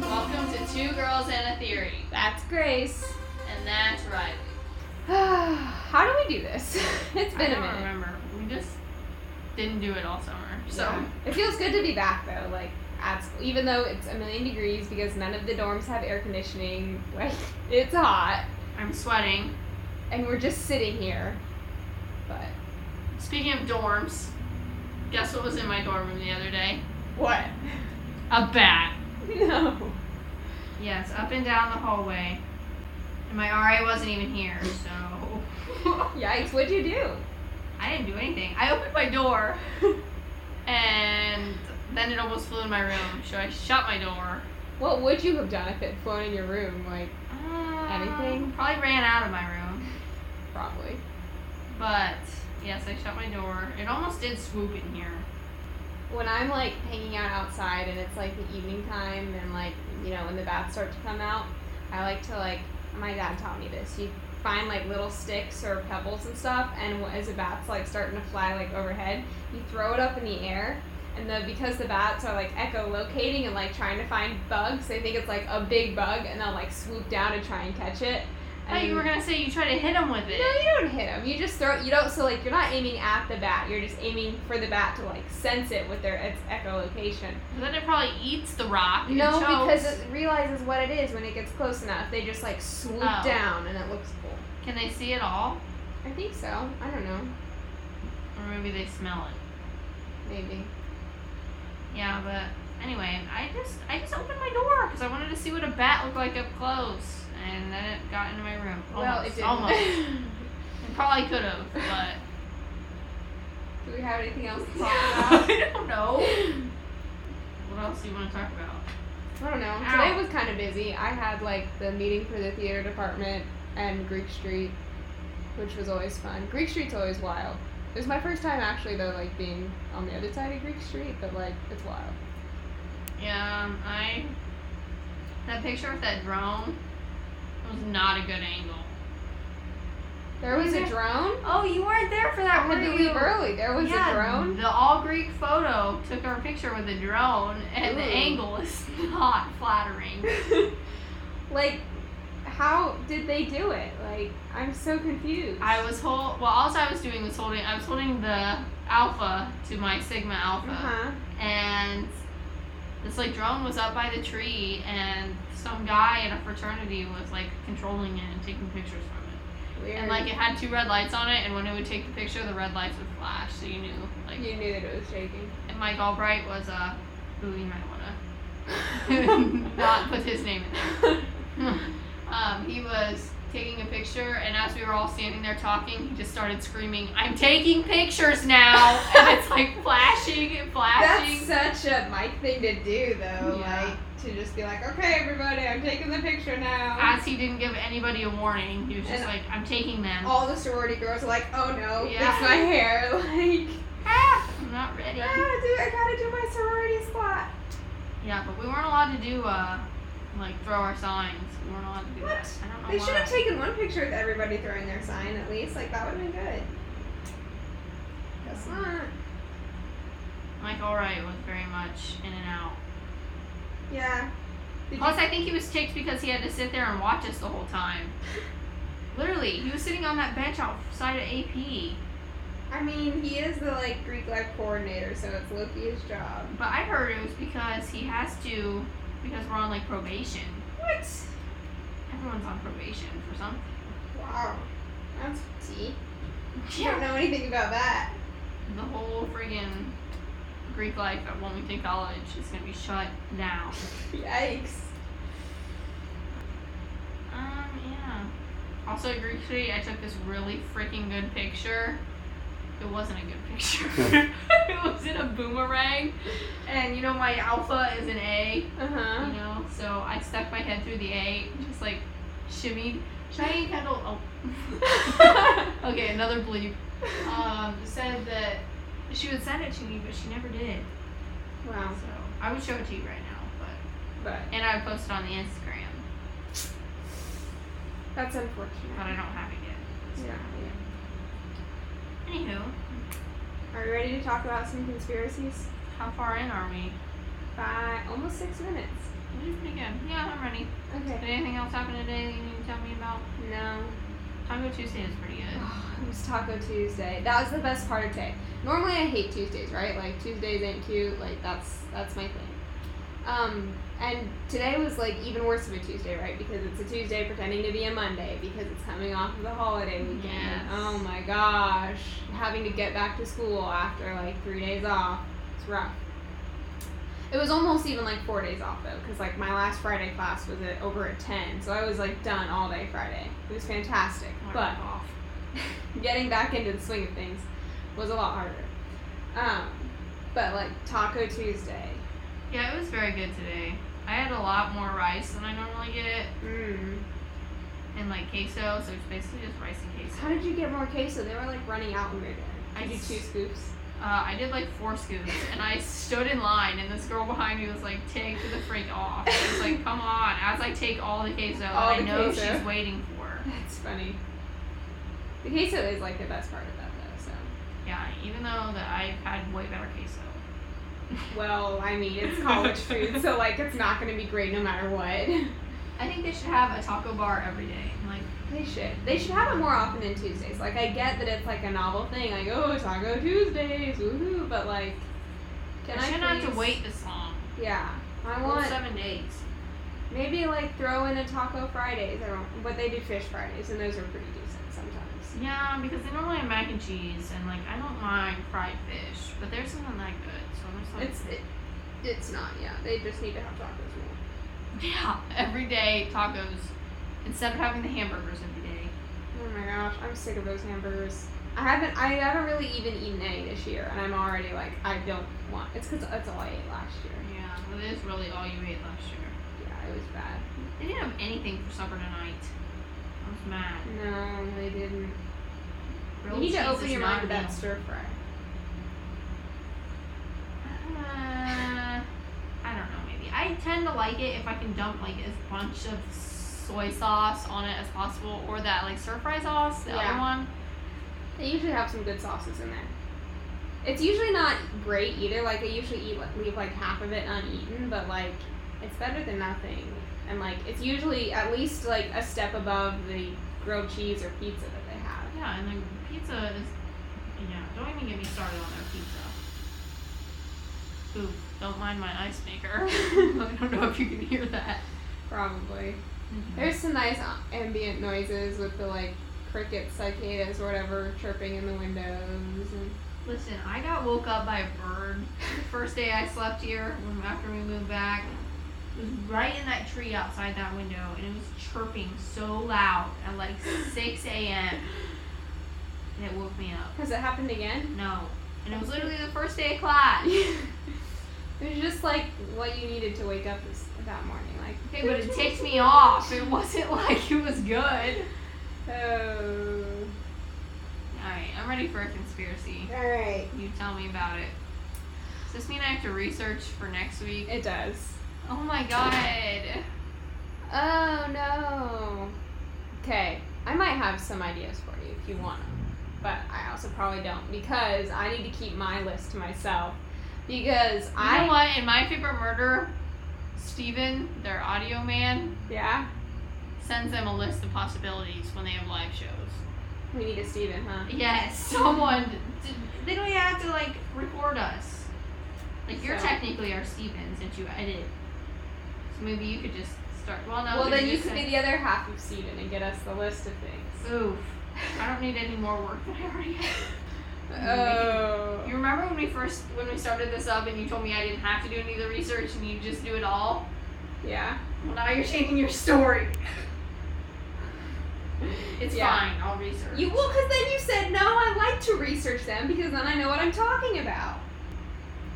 Welcome to Two Girls and a Theory, That's Grace. and that's Riley. How do we do this? It's I been a don't minute. remember. We just didn't do it all summer, so Yeah. it feels good to be back though, like at school, even though it's a million degrees because none of the dorms have air conditioning. Like it's hot, I'm sweating. and we're just sitting here. But Speaking of dorms, guess what was in my dorm room the other day? what? A bat. No. Yes, up and down the hallway. And my RA wasn't even here, so Yikes! What'd you do? I didn't do anything. I opened my door and then it almost flew in my room, so I shut my door. What would you have done if it flown in your room? Like Um, Anything? Probably ran out of my room. probably. But yes, I shut my door. It almost did swoop in here. When I'm like hanging out outside and it's like the evening time and like you know when the bats start to come out, I like to like my dad taught me this. You find like little sticks or pebbles and stuff, and wh- as the bats like starting to fly like overhead, you throw it up in the air. And the, because the bats are like echolocating and like trying to find bugs, they think it's like a big bug, and they'll like swoop down and try and catch it. I thought you were And- gonna say you try to hit him with it. No, you don't hit them. You just throw. You don't. So like, you're not aiming at the bat. You're just aiming for the bat to like sense it with their its echolocation. But Then it probably eats the rock. and No, chokes. because it realizes what it is when it gets close enough. They just like swoop Oh. down, and it looks cool. can they see it all, I think so. I don't know. or maybe they smell it. Maybe. Yeah, but anyway, I just I just opened my door because I wanted to see what a bat looked like up close, and then it got into my room. Almost, well, it didn't. Almost. It probably could have, but Do we have anything else to talk about? I don't know. What else do you want to talk about? I don't know. Ow. Today was kind of busy. I had like the meeting for the theater department and Greek Street, which was always fun. Greek Street's always wild. It was my first time actually though, like being on the other side of Greek Street, but like it's wild. Yeah, um, I that picture with that drone was not a good angle. There was a drone. Oh, you weren't there for I that had to leave early. There was yeah, a drone. The all Greek photo took our picture with a drone, and the Ooh. angle is not flattering. like, how did they do it? Like, I'm so confused. I was hold well, all I was doing was holding. I was holding the alpha to my sigma alpha, Uh huh. and this like drone was up by the tree, and some guy in a fraternity was like controlling it and taking pictures from it. Weird. And like it had two red lights on it, and when it would take the picture, the red lights would flash, so you knew. Like, you knew that it was shaking. and Mike Albright was uh, who you might wanna not put his name in there. Hmm. um, he was taking a picture, and as we were all standing there talking, he just started screaming, "I'm taking pictures now!" and it's like flashing and flashing. That's such a Mike thing to do, though. Yeah. Like to just be like, okay, everybody, I'm taking the picture now. As he didn't give anybody a warning, he was just And- like, "I'm taking them." All the sorority girls are like, oh no, Yeah. it's my hair. Like, Ah, I'm not ready. ah, dude, I gotta do my sorority spot. Yeah, but we weren't allowed to do uh, like throw our signs. We weren't allowed to do that. What? I don't know They why. should have taken one picture with everybody throwing their sign at least. Like that would have been good. Guess not. Mike Alright was very much in and out. Yeah. Did you- Plus, I think he was ticked because he had to sit there and watch us the whole time. Literally, he was sitting on that bench outside of AP. I mean, he is the like Greek life coordinator, so it's Loki's job. But I heard it was because he has to, because we're on like probation. What? Everyone's on probation for something. Wow. That's tea. I don't know anything about that. The whole friggin' Greek life at Wilmington College is gonna be shut down. Yikes. Um, yeah. Also, at Greek Street, I took this really freaking good picture. It wasn't a good picture. it was in a boomerang. And you know, my alpha is an A, Uh you huh. know? So I stuck my head through the A, just like shimmied. Shiny Kendall. Oh. okay, another bleep. Um, said that she would send it to me, but she never did. So Wow. I would show it to you right now, but. But And I would post it on the Instagram, that's unfortunate. but I don't have it yet. this. Yeah. Anywho, Are we ready to talk about some conspiracies? how far in are we? By almost six minutes. We did pretty good. Yeah, I'm ready. Did Okay. anything else happen today that you need to tell me about? No. Taco Tuesday is pretty good. it was Taco Tuesday. That was the best part of today. Normally I hate Tuesdays, right? Like Tuesdays ain't cute. Like that's that's my thing. Um, and today was like even worse of a Tuesday, right? Because it's a Tuesday pretending to be a Monday because it's coming off of the holiday weekend. Yes. Oh my gosh, having to get back to school after like three days off. It's rough. It was almost even like four days off though, because like my last Friday class was at over at ten, so I was like done all day Friday. It was fantastic, Mark but off. getting back into the swing of things was a lot harder. Um, but like Taco Tuesday, Yeah, it was very good today. I had a lot more rice than I normally get, mm. and like queso, so it's basically just rice and queso. how did you get more queso? They were like running out when we were I there. Did you s- two scoops? Uh, I did like four scoops, and I stood in line, and this girl behind me was like, "Take the freak off!" She was like, "Come on!" As I take all the queso, All that I the know queso. she's waiting for. That's funny. The queso is like the best part of that though. So Yeah, even though that I've had way better queso. well, I mean it's college food, so like it's not gonna be great no matter what. I think they should have a taco bar every day. Like, They should. They should have it more often than Tuesdays. Like I get that it's like a novel thing, like oh Taco Tuesdays, woohoo! But like, can I I shouldn't have to please- wait this long. Yeah, I Whole want seven days. maybe like throw in a Taco Fridays. I don't, but they do Fish Fridays, and those are pretty decent sometimes. Yeah, because they normally have mac and cheese, and like I don't mind fried fish, but there's something that good, so I'm just like, It's it, it's not. Yeah, they just need to have tacos more. yeah, every day tacos instead of having the hamburgers every day. Oh my gosh, I'm sick of those hamburgers. I haven't I haven't really even eaten any this year, and I'm already like I don't want. It's because that's all I ate last year. Yeah, well, that is really all you ate last year. Yeah, it was bad. They didn't have anything for supper tonight. I was mad. No, they didn't. Grilled You need cheese to open is your not mind to a that meal. stir fry. Uh, I don't know, maybe. I tend to like it if I can dump like as bunch of soy sauce on it as possible, or that like stir fry sauce, the Yeah. other one. They usually have some good sauces in there. It's usually not great either. Like I usually eat leave like half of it uneaten, but like it's better than nothing. And like it's usually at least like a step above the grilled cheese or pizza that they have. Yeah, and then pizza is. Yeah, don't even get me started on their pizza. Ooh, don't mind my ice maker. I don't know if you can hear that. Probably. There's some nice ambient noises with the like crickets, cicadas, or whatever chirping in the windows. And Listen, I got woke up by a bird the first day I slept here when, after we moved back. It was right in that tree outside that window, and it was chirping so loud at like 6 a.m. and it woke me up. has it happened again? No, and it was literally the first day of class. It was just like what you needed to wake up this, that morning, like. Okay, but it ticked me off. It wasn't like it was good. Oh. Alright, I'm ready for a conspiracy. All right. You tell me about it. Does this mean I have to research for next week? It does. Oh my god. Oh no. Okay, I might have some ideas for you if you want them, but I also probably don't because I need to keep my list to myself because I I know what? In my favorite murder, Steven, their audio man, yeah. sends them a list of possibilities when they have live shows. We need a Steven, huh? Yes, someone. They don't even have to like record us. Like you're So- technically our Steven since you edit. So maybe you could just start. Well, no. Well, then you could can be the other half of Steven and get us the list of things. Oof. I don't need any more work than I already have. Oh. You remember when we first when we started this up and you told me I didn't have to do any of the research and you just do it all? Yeah. Well now you're changing your story. It's Yeah. fine, I'll research. You well, because then you said no. I like to research them because then I know what I'm talking about.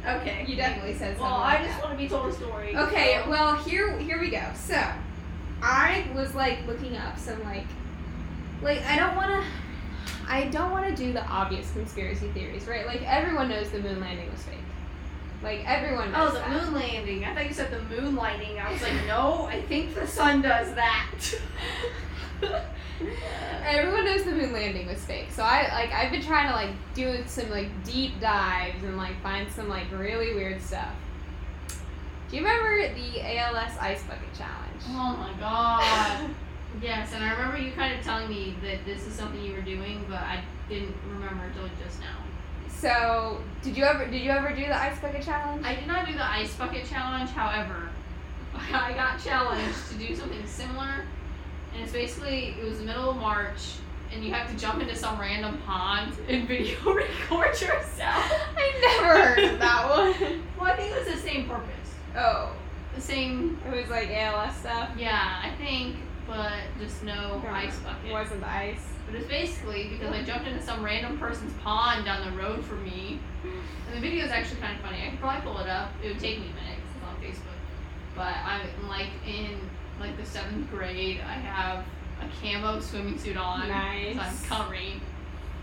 Okay. You definitely said something. Well, like I just that. want to be told a story. Okay, so- well here here we go. So I was like looking up some like like I don't wanna I don't wanna do the obvious conspiracy theories, right? Like everyone knows the moon landing was fake. Like everyone knows. Oh, the that. moon landing. I thought you said the moon lighting. I was like, no, I think the sun does that. Everyone knows the moon landing was fake, so I like I've been trying to like do some like deep dives and like find some like really weird stuff. Do you remember the ALS ice bucket challenge? Oh my god. yes, and I remember you kind of telling me that this is something you were doing, but I didn't remember until just now. So did you ever did you ever do the ice bucket challenge? I did not do the ice bucket challenge, however, I got challenged to do something similar. And it's basically, it was the middle of March, and you have to jump into some random pond and video record yourself. I never heard of that one. Well, I think it was the same purpose. Oh, The same, it was like ALS stuff. yeah, I think, but just no Don't ice bucket. It wasn't the ice. But it's basically because I jumped into some random person's pond down the road from me. And the video is actually kind of funny. I could probably pull it up. It would take me a minute 'cause it's on Facebook. But I'm like in like the seventh grade. I have a camo swimming suit on. 'cause Nice. I'm covering.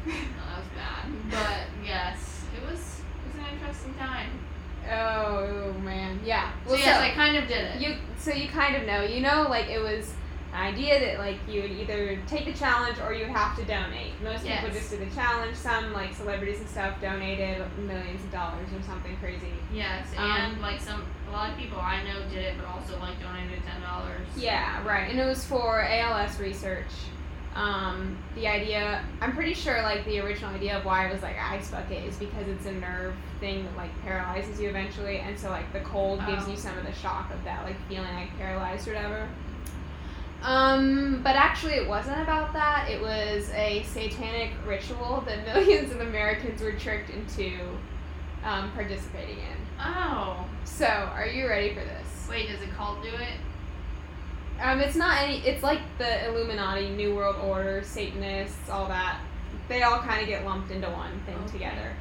No, that was bad. But yes, it was it was an interesting time. Oh man, yeah. so yes, I kind of did it. you so you kind of know you know like it was an idea that like you would either take the challenge or you have to donate most Yes. people just did the challenge some like celebrities and stuff donated millions of dollars or something crazy yes, Um, and like some a lot of people I know did it, but also like donated ten dollars. yeah right and it was for als research um, the idea i'm pretty sure like the original idea of why it was like ice bucket is because it's a nerve thing that like paralyzes you eventually and so like the cold gives Oh. you some of the shock of that like feeling like paralyzed or whatever um but actually it wasn't about that it was a satanic ritual that millions of americans were tricked into um, participating in Oh. so are you ready for this Wait, does a cult do it? Um, it's not any. It's like the Illuminati, New World Order, Satanists, all that. They all kind of get lumped into one thing Okay. together.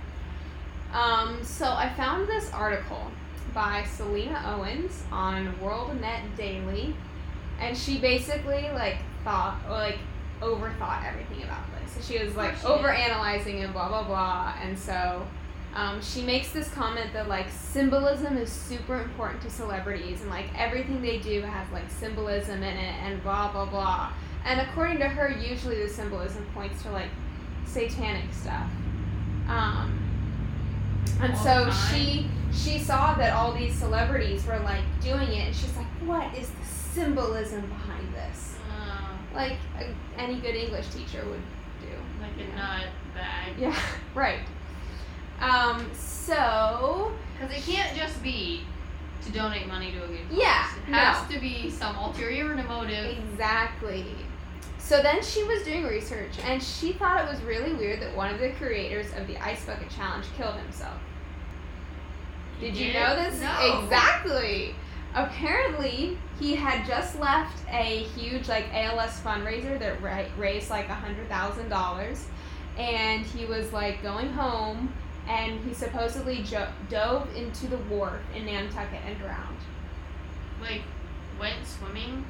Um, so I found this article by Selena Owens on WorldNet Daily, and she basically like thought or like overthought everything about this. So she was course like she did. overanalyzing and blah blah blah, and so. Um, she makes this comment that like symbolism is super important to celebrities and like everything they do has like symbolism in it and blah blah blah and according to her usually the symbolism points to like satanic stuff um, and All so the time. she she saw that all these celebrities were like doing it and she's like what is the symbolism behind this Uh, like a, any good english teacher would do like a Yeah. nut bag. yeah right um, so Because it can't just be to donate money to a good cause. Yeah, It has to be some ulterior motive. Exactly. So then she was doing research and she thought it was really weird that one of the creators of the Ice Bucket Challenge killed himself. Did you know this? No. Exactly. Apparently, he had just left a huge like ALS fundraiser that ra- raised like a hundred thousand dollars, and he was like going home, and he supposedly jo- dove into the wharf in Nantucket and drowned. Like, went swimming?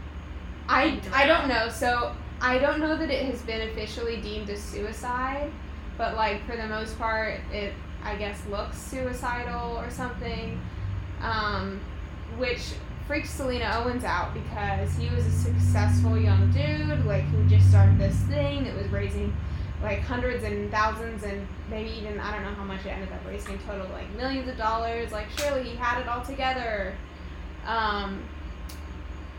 I, I don't know. So I don't know that it has been officially deemed a suicide, but like for the most part, it I guess looks suicidal or something, um, which freaked Selena Owens out because he was a successful young dude like who just started this thing that was raising like hundreds and thousands and maybe even I don't know how much it ended up raising in total like millions of dollars like surely he had it all together. Um,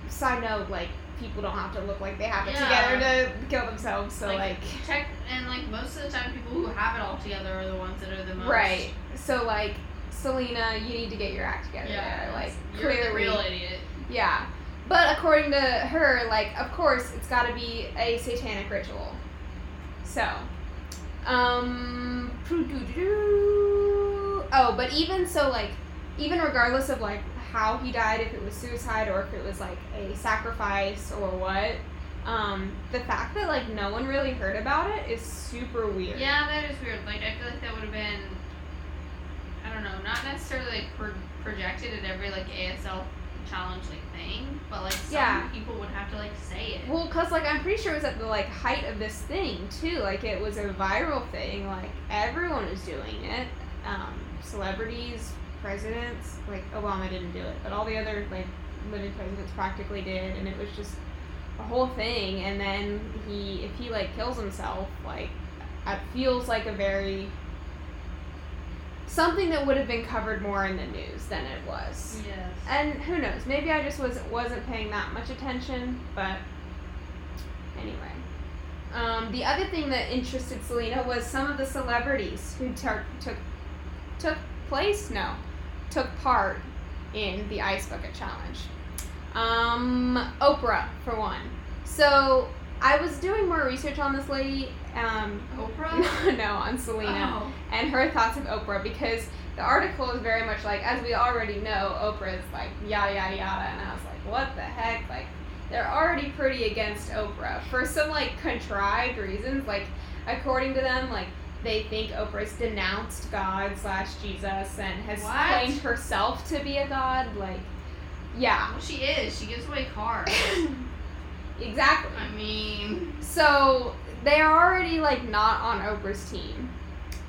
side note like people don't have to look like they have it Yeah. together to kill themselves so Like, like Tech, and like most of the time, people who have it all together are the ones that are the most. Right. So like, Selena, you need to get your act Yeah. together. there. Like it's- you're clearly, the real idiot. yeah. But according to her, like of course it's got to be a satanic ritual. So, um, oh, but even so, like even regardless of like how he died, if it was suicide or if it was like a sacrifice or what. Um, the fact that like no one really heard about it is super weird. Yeah, that is weird. Like, I feel like that would have been. I don't know, not necessarily like pro- projected at every like ASL challenge like thing, but like some Yeah. people would have to like say it. Well, cause like I'm pretty sure it was at the like height of this thing too. Like it was a viral thing. Like everyone was doing it. Um, celebrities, presidents. Like Obama didn't do it, but all the other like living presidents practically did, and it was just a whole thing, and then he, if he like kills himself, like it feels like a very something that would have been covered more in the news than it was. Yes. And who knows? Maybe I just was wasn't paying that much attention, but anyway. Um, the other thing that interested Selena was some of the celebrities who tar- took took place. No, took part in the ice bucket challenge. Um, Oprah for one. So I was doing more research on this lady. Um, Oprah? no, on Selena Oh. and her thoughts of Oprah because the article is very much like, as we already know, Oprah is like yada yada yada, and I was like, what the heck? Like, they're already pretty against Oprah for some like contrived reasons. Like, according to them, like they think Oprah's denounced God slash Jesus and has What? claimed herself to be a god. Like, yeah, Oh, Well, she is. She gives away cars. exactly. I mean, So they're already like not on Oprah's team.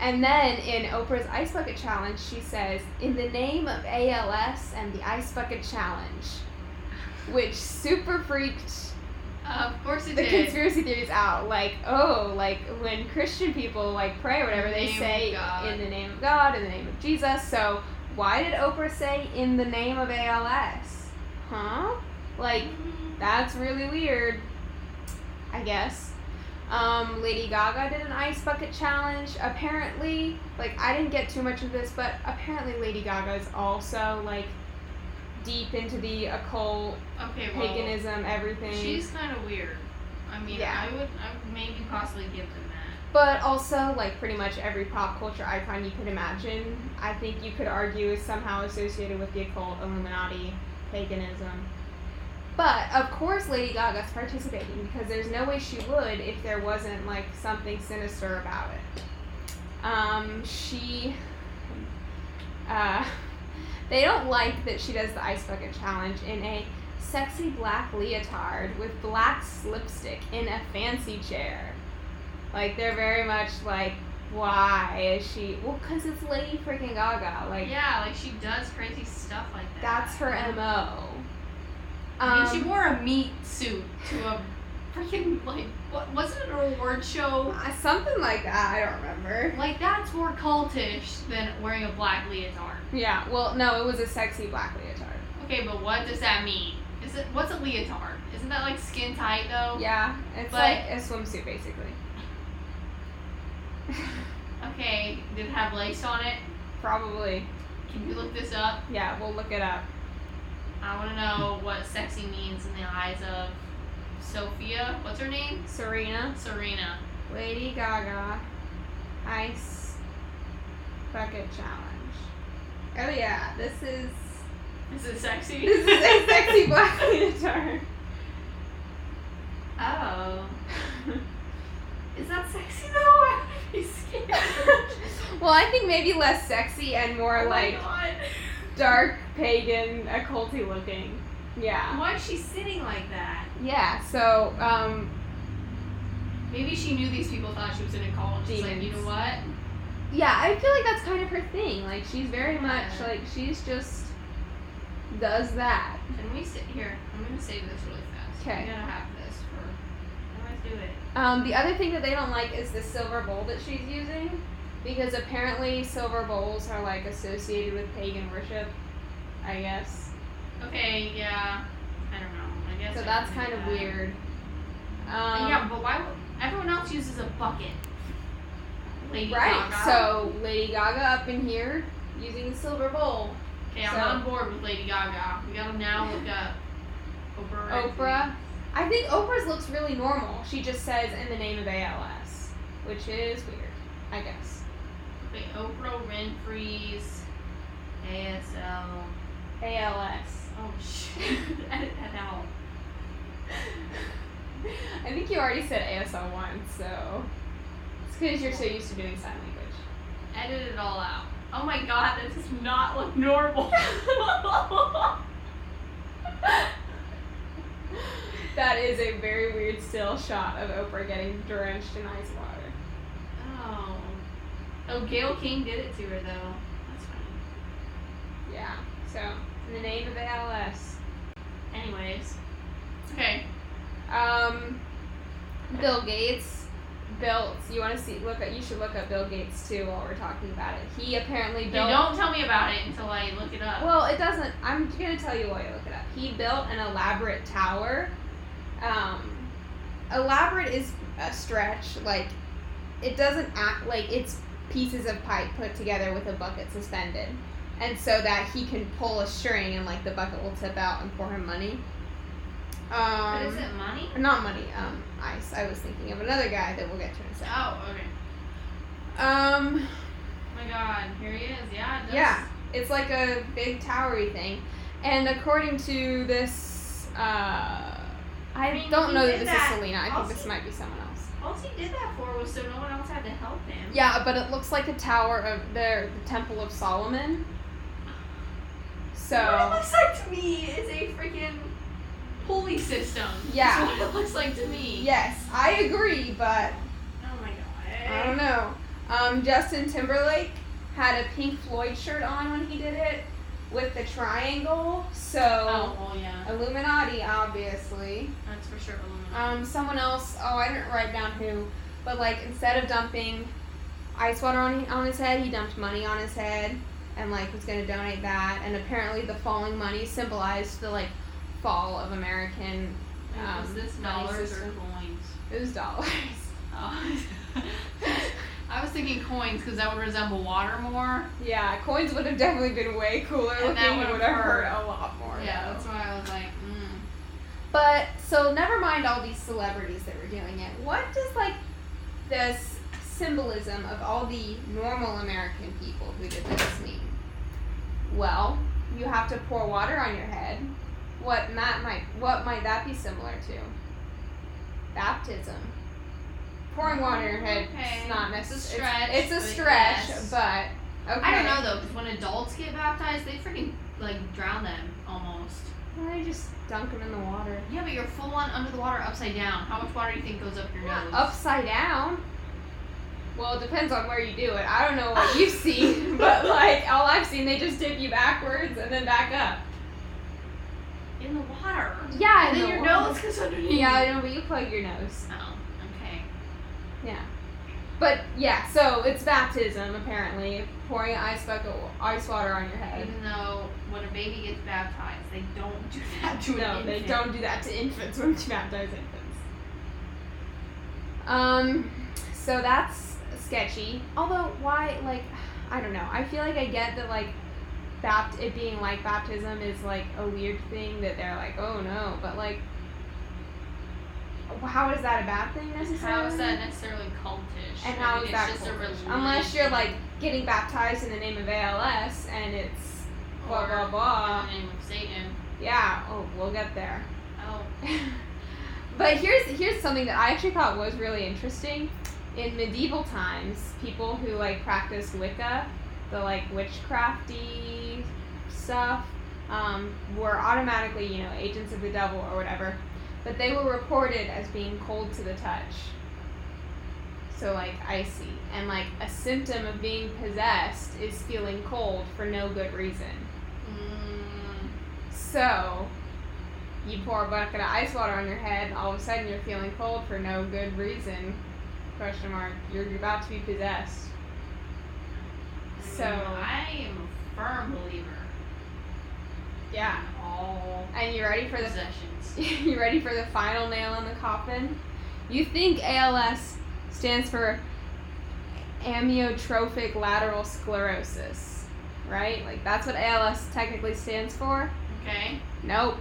And then in Oprah's Ice Bucket Challenge, she says, "In the name of ALS and the Ice Bucket Challenge," which super freaked of course it the did. conspiracy theories out. Like, oh, like when Christian people like pray or whatever, In the they name of say God. in the name of God, in the name of Jesus. So why did Oprah say in the name of ALS? Huh? Like that's really weird. I guess. Um, Lady Gaga did an ice bucket challenge. Apparently, like I didn't get too much of this, but apparently Lady Gaga is also like deep into the occult, okay, well, paganism, everything. she's kind of weird. I mean, Yeah. I would, I would maybe possibly give them that. But also, like pretty much every pop culture icon you could imagine, I think you could argue is somehow associated with the occult, Illuminati, paganism. But of course, Lady Gaga's participating because there's no way she would if there wasn't like something sinister about it. Um, she, uh, they don't like that she does the ice bucket challenge in a sexy black leotard with black lipstick in a fancy chair. Like they're very much like, why is she? Well, cause it's Lady freaking Gaga. Like yeah, like she does crazy stuff like that. that's her mo. I mean, Um, she wore a meat suit to a freaking like what wasn't it an award show? Uh, something like that. I don't remember. Like that's more cultish than wearing a black leotard. Yeah. Well, no, it was a sexy black leotard. Okay, but what does that mean? Is it what's a leotard? Isn't that like skin tight though? Yeah, it's But- like a swimsuit basically. Okay, did it have lace on it? Probably. Can you look this up? Yeah, we'll look it up. I want to know what sexy means in the eyes of Sophia. What's her name? Serena, Serena. Lady Gaga, ice bucket challenge. Oh yeah, this is Is it sexy? This is a sexy black leotard. Oh. Is that sexy though? I'm scared. well, I think maybe less sexy and more oh like My God. dark pagan, occulty looking. Yeah. Why is she sitting like that? Yeah. So, um, Maybe she knew these people thought she was in a cult. and She's like, you Demons. know what? yeah, I feel like that's kind of her thing. Like she's very much Yeah. like she's just does that. Can we sit here? I'm gonna save this really fast. Okay. I'm gonna have this for. I might do it. Um, the other thing that they don't like is the silver bowl that she's using, because apparently silver bowls are like associated with pagan worship. I guess. Okay. Yeah. I don't know. I guess. So I that's can do kind of that. Uh, weird. Um, yeah, but why? would- Everyone else uses a bucket. Lady Right. Gaga. So Lady Gaga up in here using the silver bowl. Okay, I'm so- on board with Lady Gaga. We gotta now look up Oprah. Winfrey. Oprah. I think Oprah's looks really normal. She just says in the name of ALS, which is weird, I guess. Okay, Oprah Winfrey's ASL. ALS. Oh shit! Edit that out. I think you already said ASL once, so it's because you're so used to doing sign language. Edit it all out. Oh my god, that does not look normal. Oh. That is a very weird still shot of Oprah getting drenched in ice water. oh. Oh, Gail King did it to her though. That's fine. Yeah. So in the name of ALS. Anyways. Okay. Um, Bill Gates built. You want to see? Look at. You should look up Bill Gates too while we're talking about it. He apparently You built. don't tell me about it until I look it up. Well, it doesn't. I'm gonna tell you while you look it up. He built an elaborate tower. Um, elaborate is a stretch. Like, it doesn't act like it's pieces of pipe put together with a bucket suspended, and so that he can pull a string and like the bucket will tip out and pour him money. Um, but is it money? Not money. Um, ice. I was thinking of another guy that we'll get to in a second. Oh, okay. Um, Oh my God, here he is. Yeah. It does. Yeah. It's like a big towery thing. And according to this, uh, I mean, don't he know that did this is that. Selena. I I'll think this see. might be someone else. All he did that for was so no one else had to help him. Yeah, but it looks like a tower of the, the Temple of Solomon. What it So looks like to me is a freaking pulley system. Yeah. That's what it looks like to me. yes, I agree, but Oh my god. I don't know. Um, Justin Timberlake had a Pink Floyd shirt on when he did it with the triangle. So Oh well, yeah. Illuminati, obviously. That's for sure aluminum. Um, someone else. Oh, I didn't write down who, but like instead of dumping ice water on on his head, he dumped money on his head, and like was gonna donate that. And apparently, the falling money symbolized the like fall of American. Wait, was um, this money dollars or system. coins? It was dollars. Oh. I was thinking coins because that would resemble water more. yeah, coins would have definitely been way cooler And that looking. It would've would have hurt hurt. a lot more. Yeah, though. that's why I was like, mm. But so never mind all these celebrities that were doing it. What does like this symbolism of all the normal American people who did this mean? Well, you have to pour water on your head. What that might what might that be similar to? Baptism. Pouring water on your head Okay. is not It's a necessarily stretch, It's, but a stretch, yes. but okay. I don't know though, because when adults get baptized, they freaking like drown them almost. Why just dunk them in the water? Yeah, but you're full on under the water, upside down. How much water do you think goes up your Not nose? upside down. Well, it depends on where you do it. I don't know what you've seen, but like all I've seen, they just dip you backwards and then back up. in the water. Yeah, And then your nose goes underneath. Yeah, I know, but you plug your nose. Oh, okay. But yeah, so it's baptism apparently, pouring ice bucket ice water on your head. Even though when a baby gets baptized, they don't do that to an No, they infant. don't do that to infants when you baptize infants. Um, so that's sketchy. Although, why, like, I don't know. I feel like I get that, like, bapt- it being like baptism is, like, a weird thing that they're like, oh no, but, like, how is that a bad thing necessarily? How is that necessarily cultish? And I how mean, is it's that just a religion. Unless you're, like, getting baptized in the name of ALS and it's blah, or blah, blah. In the name of Satan. Yeah, oh, we'll get there. Oh, but here's here's something that I actually thought was really interesting. In medieval times, people who like practiced Wicca, the like witchcrafty stuff, um, were automatically you know agents of the devil or whatever, but they were reported as being cold to the touch. So like icy, and like a symptom of being possessed is feeling cold for no good reason. mm, So, you pour a bucket of ice water on your head, and all of a sudden you're feeling cold for no good reason. Question mark. You're about to be possessed. So- I am a firm believer in Yeah. all And you ready for the possessions. you ready for the final nail in the coffin? You think ALS stands for amyotrophic lateral sclerosis, right? Like that's what ALS technically stands for. Okay. Nope.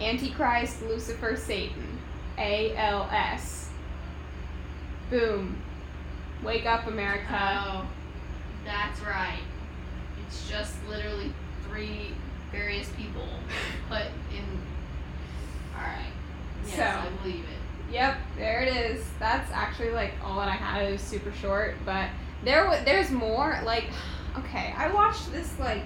Antichrist, Lucifer, Satan. ALS. Boom. Wake up, America. Oh, that's right. It's just literally three various people put in. All right. Yes, I So- believe it. Yep, there it is. That's actually like all that I had. It was super short, but there wa there's more. Like, okay, I watched this like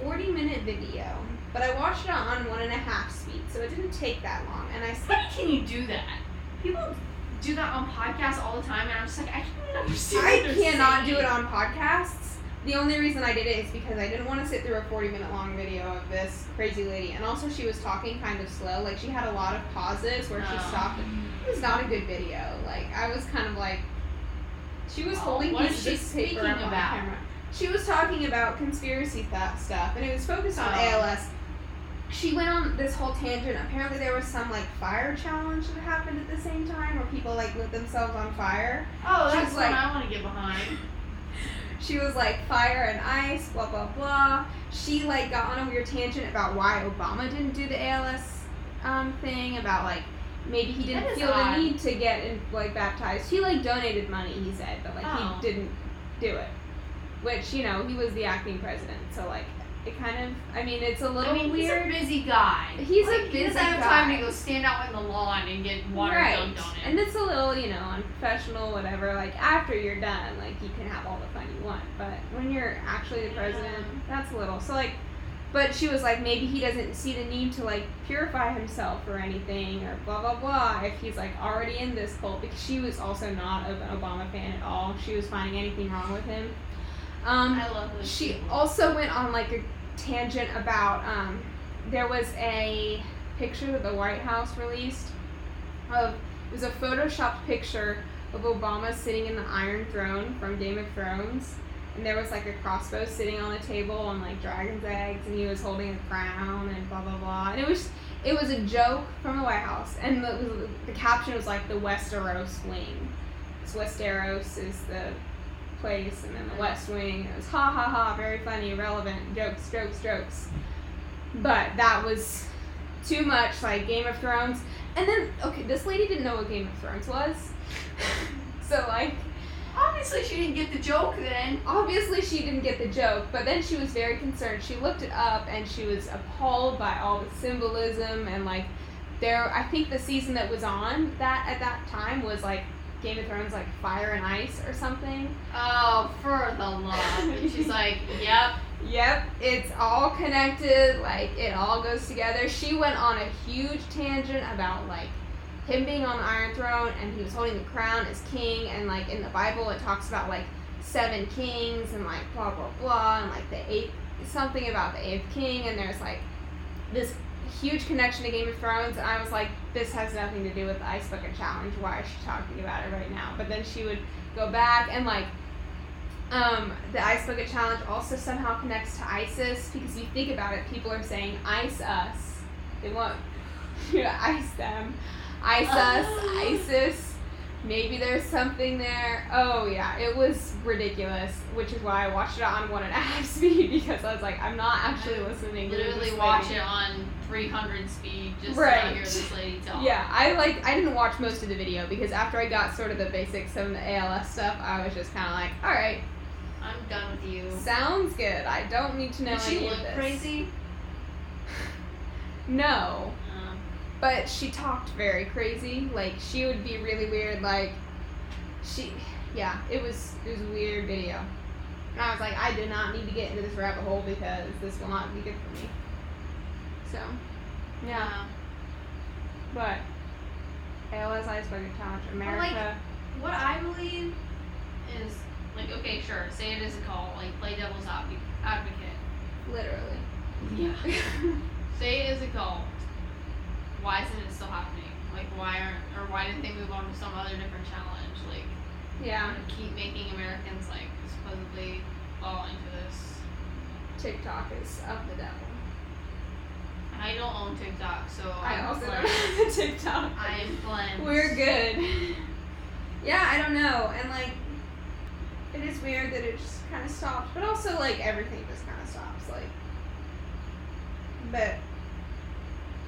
40 minute video, but I watched it on one and a half speed, so it didn't take that long. And I skipped. How can you do that? People do that on podcasts all the time, and I'm just like, I can't understand. I what they're cannot do saying. it on podcasts. the only reason I did it is because I didn't want to sit through a 40 minute long video of this crazy lady. And also, she was talking kind of slow. Like, she had a lot of pauses where she Oh. stopped. It was not a good video. Like, I was kind of like, she was Oh, holding what is pieces she of paper speaking up on about? camera. She was talking about conspiracy th- stuff, and it was focused on Oh. ALS. She went on this whole tangent. Apparently, there was some like fire challenge that happened at the same time where people like lit themselves on fire. Oh, She that's was one like- I want to get behind. She was like fire and ice, blah blah blah. She like got on a weird tangent about why Obama didn't do the ALS um, thing, about like maybe he That didn't is feel odd. the need to get in, like baptized. He like donated money, he said, but like Oh. he didn't do it. Which you know he was the acting president, so like it kind of. I mean, it's a I little mean, he's a weird. busy guy. He's a Like, He busy doesn't have time guy. to go stand out in the lawn and get water right, dumped on him. and it's a little you know unprofessional, whatever. Like after you're done, like you can have all the fun you want, but when you're actually the president, Yeah. that's a little. So like, but she was like, maybe he doesn't see the need to like purify himself or anything or blah blah blah if he's like already in this cult because she was also not of an Obama fan at all. She was finding anything wrong with him. Um, I love this. she also went on like a tangent about um, there was a picture that the White House released of it was a photoshopped picture of Obama sitting in the Iron Throne from Game of Thrones, and there was like a crossbow sitting on a table on like dragon's eggs, and he was holding a crown and blah blah blah, and it was. It was a joke from the White House, and the, the caption was like the Westeros wing. So Westeros is the place, and then the West Wing. It was ha ha ha, very funny, relevant, jokes, jokes, jokes. But that was too much like Game of Thrones. And then, okay, this lady didn't know what Game of Thrones was. so, like, Obviously, she didn't get the joke then. obviously she didn't get the joke, but then she was very concerned. She looked it up and she was appalled by all the symbolism and like there I think the season that was on that at that time was like Game of Thrones like Fire and Ice or something. Oh, for the love. And she's like, yep. Yep, it's all connected, like it all goes together. She went on a huge tangent about like him being on the Iron Throne and he was holding the crown as king and like in the Bible it talks about like seven kings and like blah blah blah and like the eighth something about the eighth king and there's like this huge connection to Game of Thrones and I was like, This has nothing to do with the ice bucket challenge, why is she talking about it right now? But then she would go back and like um, the ice bucket challenge also somehow connects to ISIS because you think about it, people are saying ice us. They want you to ice them, ice us, ISIS. Maybe there's something there. Oh yeah, it was ridiculous, which is why I watched it on one and a half speed because I was like, I'm not actually listening. to literally this watch lady. it on 300 speed just to Right. hear this lady talk. Yeah, I like I didn't watch most of the video because after I got sort of the basics of the ALS stuff, I was just kind of like, all right, I'm done with you. sounds good. I don't need to know Did she any look of this. crazy? No, Um, but she talked very crazy. Like she would be really weird. Like she, yeah, it was it was a weird video. And I was like, I do not need to get into this rabbit hole because this will not be good for me. So, yeah, but ALS Ice Bucket Challenge America. What I believe is, like, okay, sure, say it is a call, like, play devil's advo- advocate. Literally. Yeah. Say it is a call. Why isn't it still happening? Like, why aren't, or why didn't they move on to some other different challenge? Like, yeah, keep making Americans, like, supposedly fall into this. TikTok is of the devil. I don't own TikTok, so Oh, I I'm also don't like, have TikTok. I am cleansed. We're good. Yeah, I don't know. And like it is weird that it just kind of stopped, but also like everything just kind of stops like but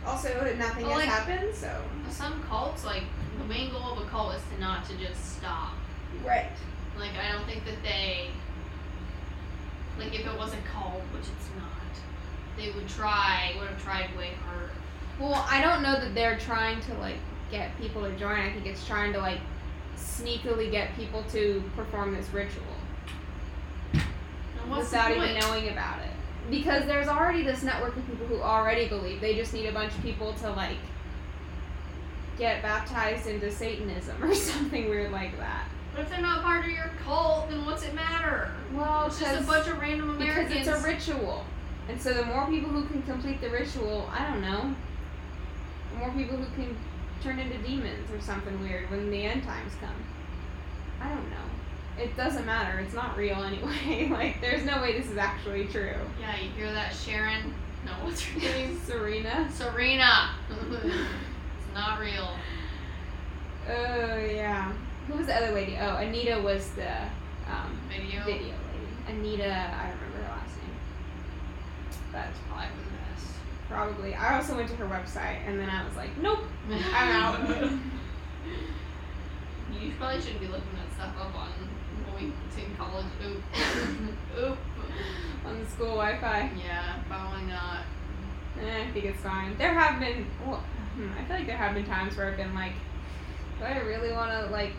also nothing Well, has like- happened, so Some cults, like the main goal of a cult is to not to just stop. right. Like I don't think that they, like if it was a cult, which it's not, they would try would have tried way harder. Well, I don't know that they're trying to like get people to join. I think it's trying to like sneakily get people to perform this ritual. And what's without the even point? knowing about it. Because there's already this network of people who already believe. They just need a bunch of people to like get baptized into Satanism or something weird like that. But if they're not part of your cult, then what's it matter? Oh, Well, It's just a bunch of random because Americans. it's a ritual, and so the more people who can complete the ritual, I don't know, the more people who can turn into demons or something weird when the end times come. I don't know. It doesn't matter. It's not real anyway. like, there's no way this is actually true. yeah, you hear that, Sharon? No, what's her name? Serena. Serena. oh it's not real. yeah. Who was the other lady? Oh, Anita was the um, Video. video lady. Anita. I don't remember her last name. But Probably for the best. probably. I also went to her website and then I was like, nope, I'm out. You probably shouldn't be looking that stuff up on going to college. Oop. Oop. on the school Wi-Fi. Yeah, probably not. Eh, I think it's fine. There have been, well, hmm, I feel like there have been times where I've been like, do I really want to like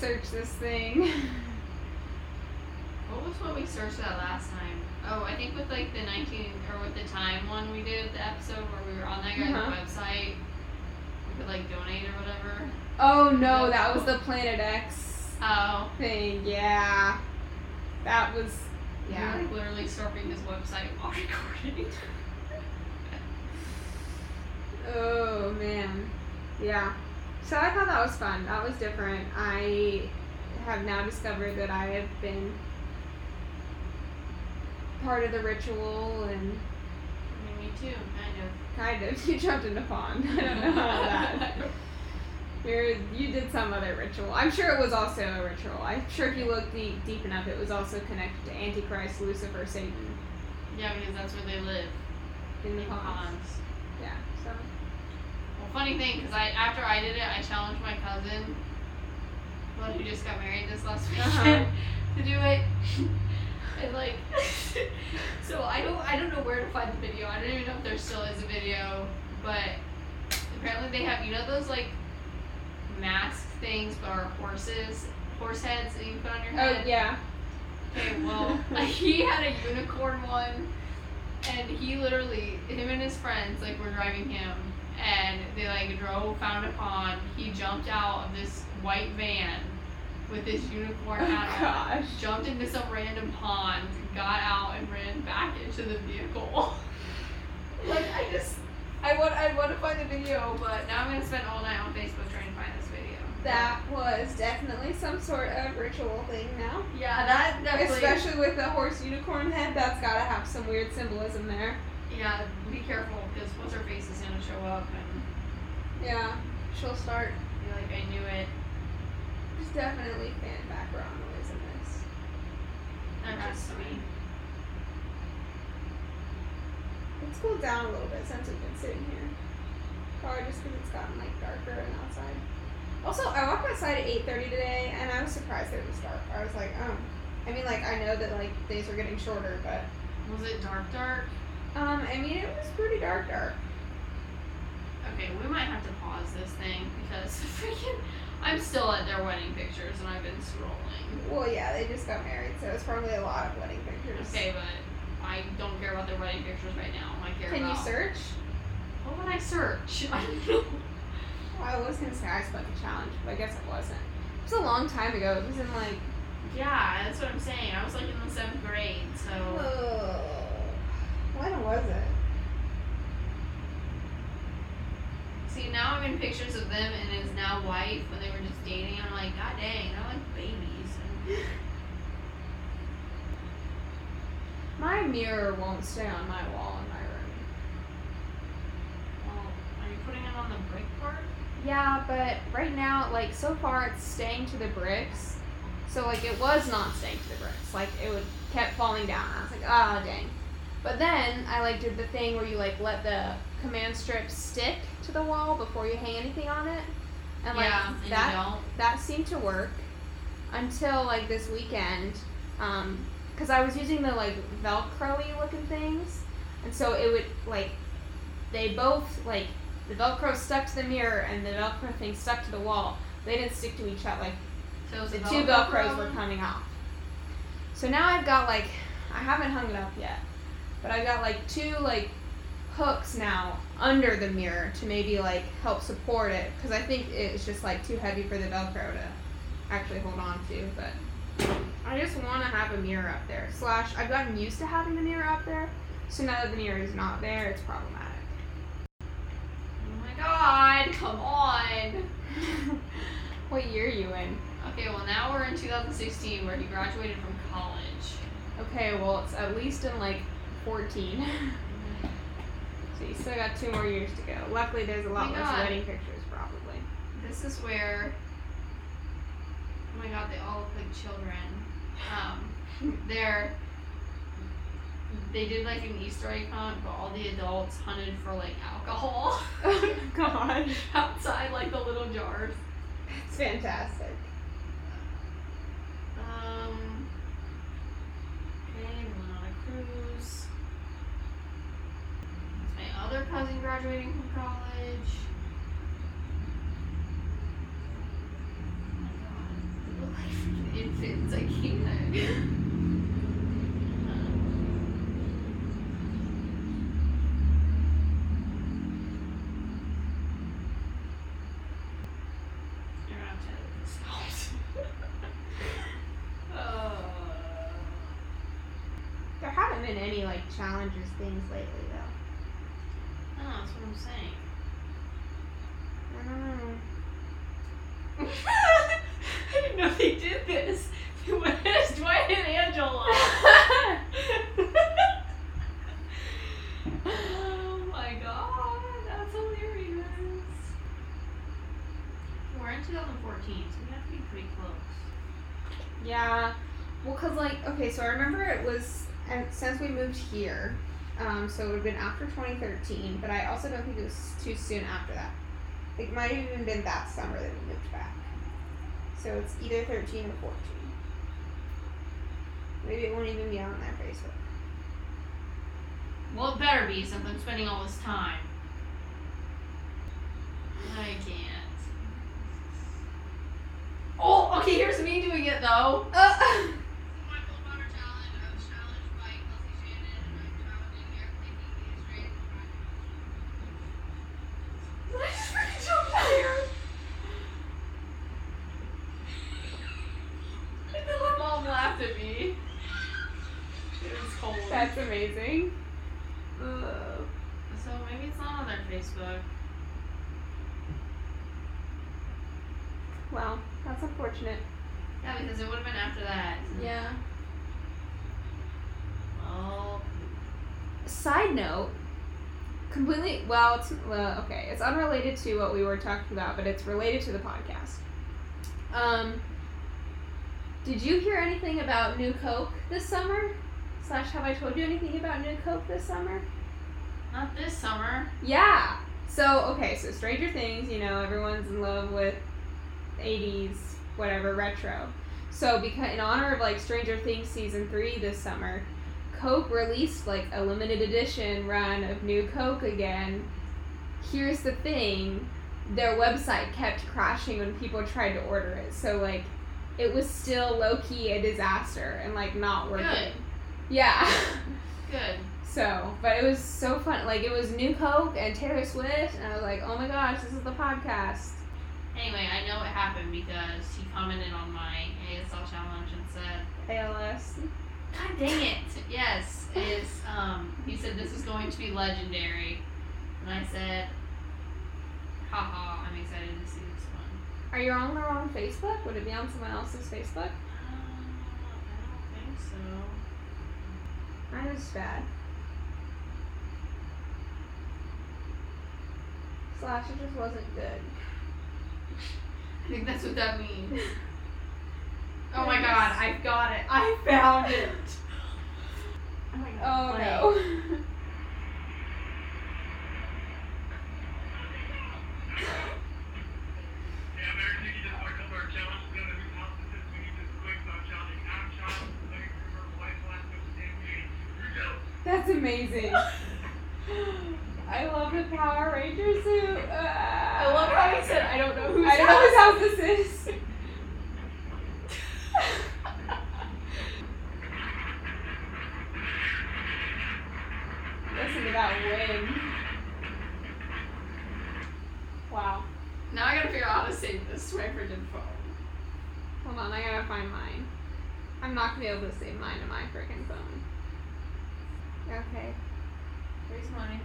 search this thing? What was what we searched that last time? Oh, I think with like the 19 or with the time one we did the episode where we were on that guy's Uh-huh. website. We could like donate or whatever. Oh no, that was the Planet X Oh, thing. Yeah, that was. we Yeah. were literally surfing his website while recording. Oh man. Yeah. So I thought that was fun. That was different. I have now discovered that I have been part of the ritual and I mean, me too, kind of. Kind of. You jumped in a pond. I don't know how that. You're, you did some other ritual. I'm sure it was also a ritual. I'm sure if you look deep, deep enough, it was also connected to Antichrist, Lucifer, Satan Yeah, because that's where they live. in the In pond. ponds. Yeah. So. Well, funny thing, because I after I did it, I challenged my cousin, the one who just got married this last weekend, to do it. and like, so I don't I don't know where to find the video. I don't even know if there still is a video, but apparently they have you know those like mask things but are horses horse heads that you put on your head. Oh yeah. Okay, well, he had a unicorn one, and he literally, him and his friends, like, were driving him, and they, like, drove, found a pond. He jumped out of this white van with this unicorn Oh hat on, gosh. jumped into some random pond, got out, and ran back into the vehicle. like, I just, I want, I want to find the video, but now I'm gonna spend all night on Facebook trying to find this video. That was definitely some sort of ritual thing now. Yeah, that definitely. Especially with the horse unicorn head, that's gotta have some weird symbolism there. Yeah, be careful because what's her face is gonna show up and Yeah. She'll start be like, I knew it. There's definitely fan background noise in this. That has to be. It's cooled down a little bit since we've been sitting here. Probably just because it's gotten like darker and outside. Also, I walked outside at eight thirty today, and I was surprised that it was dark. I was like, oh. I mean, like I know that like days are getting shorter, but Was it dark dark? um, I mean it was pretty dark, dark. Okay, we might have to pause this thing because freaking, I'm still at their wedding pictures and I've been scrolling. Well, yeah, they just got married, so it's probably a lot of wedding pictures. Okay, but I don't care about their wedding pictures right now. I care Can you about search? what would I search? I don't know. I was gonna say I spent the challenge, but I guess it wasn't. It was a long time ago. It was in like. Yeah, that's what I'm saying. I was like in the seventh grade, so Oh, when was it? see now I'm in pictures of them and his now wife when they were just dating. I'm like, God dang, they're like babies. My mirror won't stay on my wall in my room. Well, are you putting it on the brick part? Yeah, but right now, like so far, it's staying to the bricks. So like it was not staying to the bricks. Like it would kept falling down. I was like, ah, dang. But then I like did the thing where you like let the command strip stick to the wall before you hang anything on it, and like yeah, and that you don't. that seemed to work until like this weekend because i was using the like velcro-y looking things and so it would like they both like the velcro stuck to the mirror and the velcro thing stuck to the wall they didn't stick to each other like So it's the a two Velcro velcros were problem. coming off so now i've got like i haven't hung it up yet but i've got like two like hooks now under the mirror to maybe like help support it because i think it's just like too heavy for the velcro to actually hold on to, but I just want to have a mirror up there. Slash, I've gotten used to having the mirror up there, so now that the mirror is not there, it's problematic. Oh my god, come on. what year are you in? Okay, well now we're in 2016 where he graduated from college. Okay, well, it's at least in like 14. so you still got two more years to go. Luckily, there's a lot My less God. wedding pictures, probably. This is where Oh my god, they all look like children. Um they're they did like an Easter egg hunt, but all the adults hunted for like alcohol Oh, gosh. outside like the little jars. It's fantastic. Um, okay, went on a cruise. It's my other cousin graduating from college. Oh my god, they look like freaking infants. I can't. Um, you're gonna have to edit this out. Uh, There haven't been any like challenges things lately, though. no, that's what I'm saying. I don't know. I didn't know they did this. They went as Dwight and Angela. oh my god, that's hilarious. We're in 2014, so we have to be pretty close. Yeah. Well, cause like okay, so I remember it was and since we moved here, um, so it would have been after 2013. But I also don't think it was too soon after that. It might have even been that summer that we moved back. So it's either 13 or 14. Maybe it won't even be on that Facebook. Well, it better be since I'm spending all this time. I can't. Oh, okay, here's me doing it though. Uh, Did I just freaking jump fire? I know my mom laughed at me. It was cold. That's amazing. Ugh. So maybe it's not on their Facebook. Well, that's unfortunate. Yeah, because it would have been after that. Yeah. Oh. Side note, completely. Well, it's well, okay. It's unrelated to what we were talking about, but it's related to the podcast. Um, did you hear anything about New Coke this summer? Slash, have I told you anything about New Coke this summer? Not this summer. Yeah. So okay, so Stranger Things, you know, everyone's in love with '80s whatever retro. So because in honor of like Stranger Things season three this summer, Coke released like a limited edition run of New Coke again. Here's the thing, their website kept crashing when people tried to order it. So like, it was still low key a disaster and like not working. Good. Yeah. Good. So, but it was so fun. Like it was New Coke and Taylor Swift, and I was like, oh my gosh, this is the podcast. Anyway, I know it happened because he commented on my ASL challenge and said, ALS. God dang it! Yes, is um, he said this is going to be legendary, and I said, haha, I'm excited to see this one. Are you on the wrong Facebook? Would it be on someone else's Facebook? Uh, I don't think so. Mine is bad. Slash, it just wasn't good. I think that's what that means. Oh my god, I got it! I found it! Oh my Oh funny. no. That's amazing. I love the Power Ranger suit. Ah. I love how he said, I don't know who's I know whose house this is. Listen to that wind. Wow. Now I gotta figure out how to save this to my freaking phone. Wow, on, I gotta find mine. I'm not gonna be able to save mine to my freaking phone. Okay. Where's mine?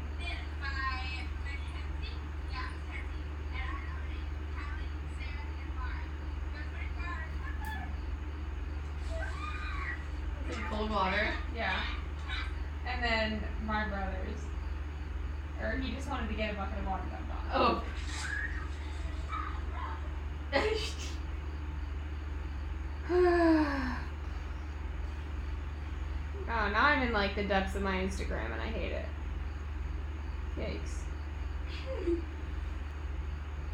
It's in cold water. Yeah. And then my brother's. Or he just wanted to get a bucket of water that I bought. Oh. oh, now I'm in like the depths of my Instagram and I hate it. Yikes.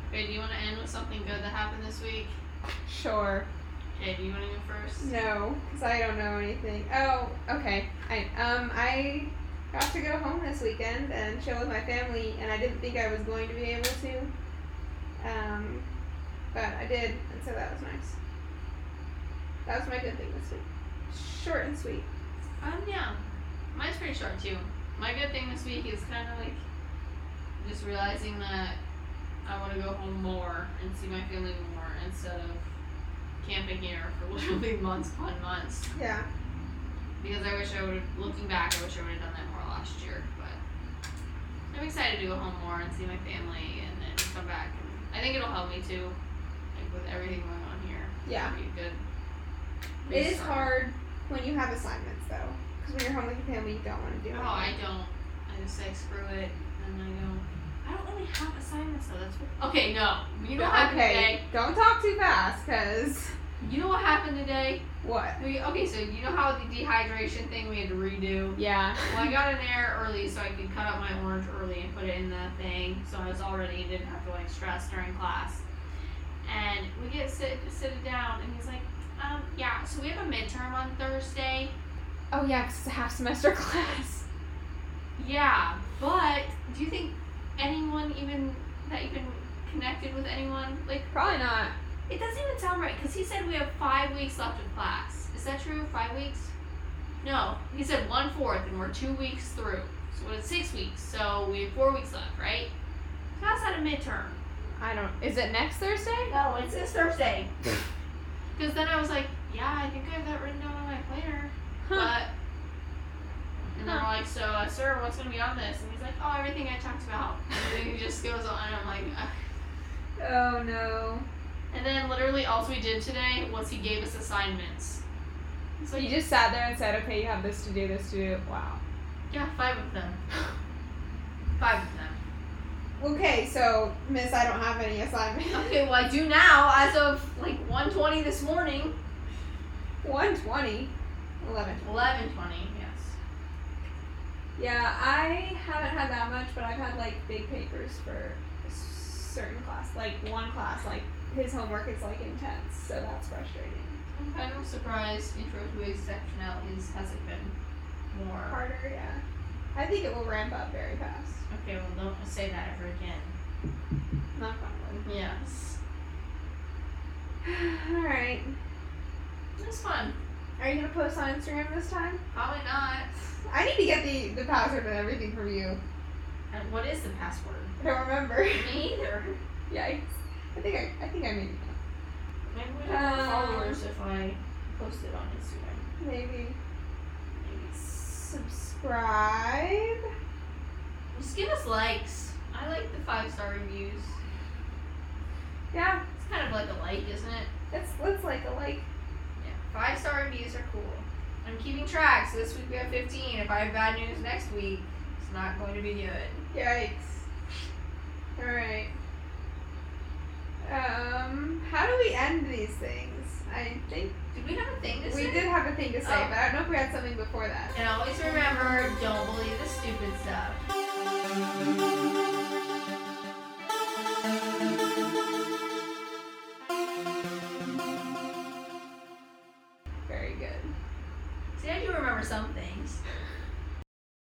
Okay, do you want to end with something good that happened this week? Sure. Okay, do you want to go first? No, because I don't know anything. Oh, okay. I um I got to go home this weekend and chill with my family, and I didn't think I was going to be able to. Um, but I did, and so that was nice. That was my good thing this week. Short and sweet. Um, yeah. Mine's pretty short too. My good thing this week is kind of like just realizing that I want to go home more and see my family more instead of camping here for literally months upon months. Yeah. Because I wish I would have, looking back, I wish I would have done that more last year. But I'm excited to go home more and see my family and then come back. And I think it'll help me too, like with everything going on here. Yeah. It'll be a good. It is restart. hard when you have assignments though, because when you're home with your family, you don't want to do No, it. I don't. I just like screw it, and I don't. I don't really have assignments though. That's what, okay. No, you know what happened okay. Don't talk too fast, cause today. You know what happened today? what? We okay. So you know how the dehydration thing we had to redo. Yeah. Well, I got in there early so I could cut up my orange early and put it in the thing, so I was all ready and didn't have to like stress during class. And we get sit sit it down, and he's like, um, yeah. So we have a midterm on Thursday. Oh yeah, 'cause it's a half semester class. Yeah, but do you think anyone even that even connected with anyone like Probably not. it doesn't even sound right because he said we have five weeks left of class. Is that true? Five weeks? No, he said one fourth, and we're two weeks through. So it's six weeks. So we have four weeks left, right? So that's not a midterm. I don't. Is it next Thursday? No, it's this Thursday. Because then I was like, yeah, I think I have that written down on my planner. Uh, But and then I'm like, so uh, sir, what's gonna be on this? And he's like, oh, everything I talked about. And then he just goes on. And I'm like, Ugh. Oh no. and then literally all we did today was he gave us assignments. It's So like you just sat there and said, okay, you have this to do, this to do. Wow. yeah, five of them. five of them. Okay, so Miss, I don't have any assignment. Okay, well I do now. As of like 1:20 this morning, One twenty. Eleven. 11:20. Yes. Yeah, I haven't had that much, but I've had like big papers for a certain class, like one class. Like his homework is like intense, so that's frustrating. I'm kind of surprised intro to exceptionalities hasn't been more. Harder, yeah. I think it will ramp up very fast. Okay, well don't say that ever again. Not fun. Yes. All right. It was fun. Are you gonna post on Instagram this time? Probably not. I need to get the, the password and everything from you. And what is the password? I don't remember. Me either. Yikes. I think I, I think I made it. Maybe we have have more followers followers if I post it on Instagram. Maybe subscribe. Just give us likes. I like the five star reviews. Yeah, It's kind of like a like, isn't it? that's that's like a like. Yeah. Five star reviews are cool. I'm keeping track, so this week we have 15. If I have bad news next week, it's not going to be good. Yikes. All right. Um, how do we end these things? I think Did we have a thing this we week? did have a thing to say, Oh. but I don't know if we had something before that. And always remember, don't believe the stupid stuff. Very good. See, I do remember some things.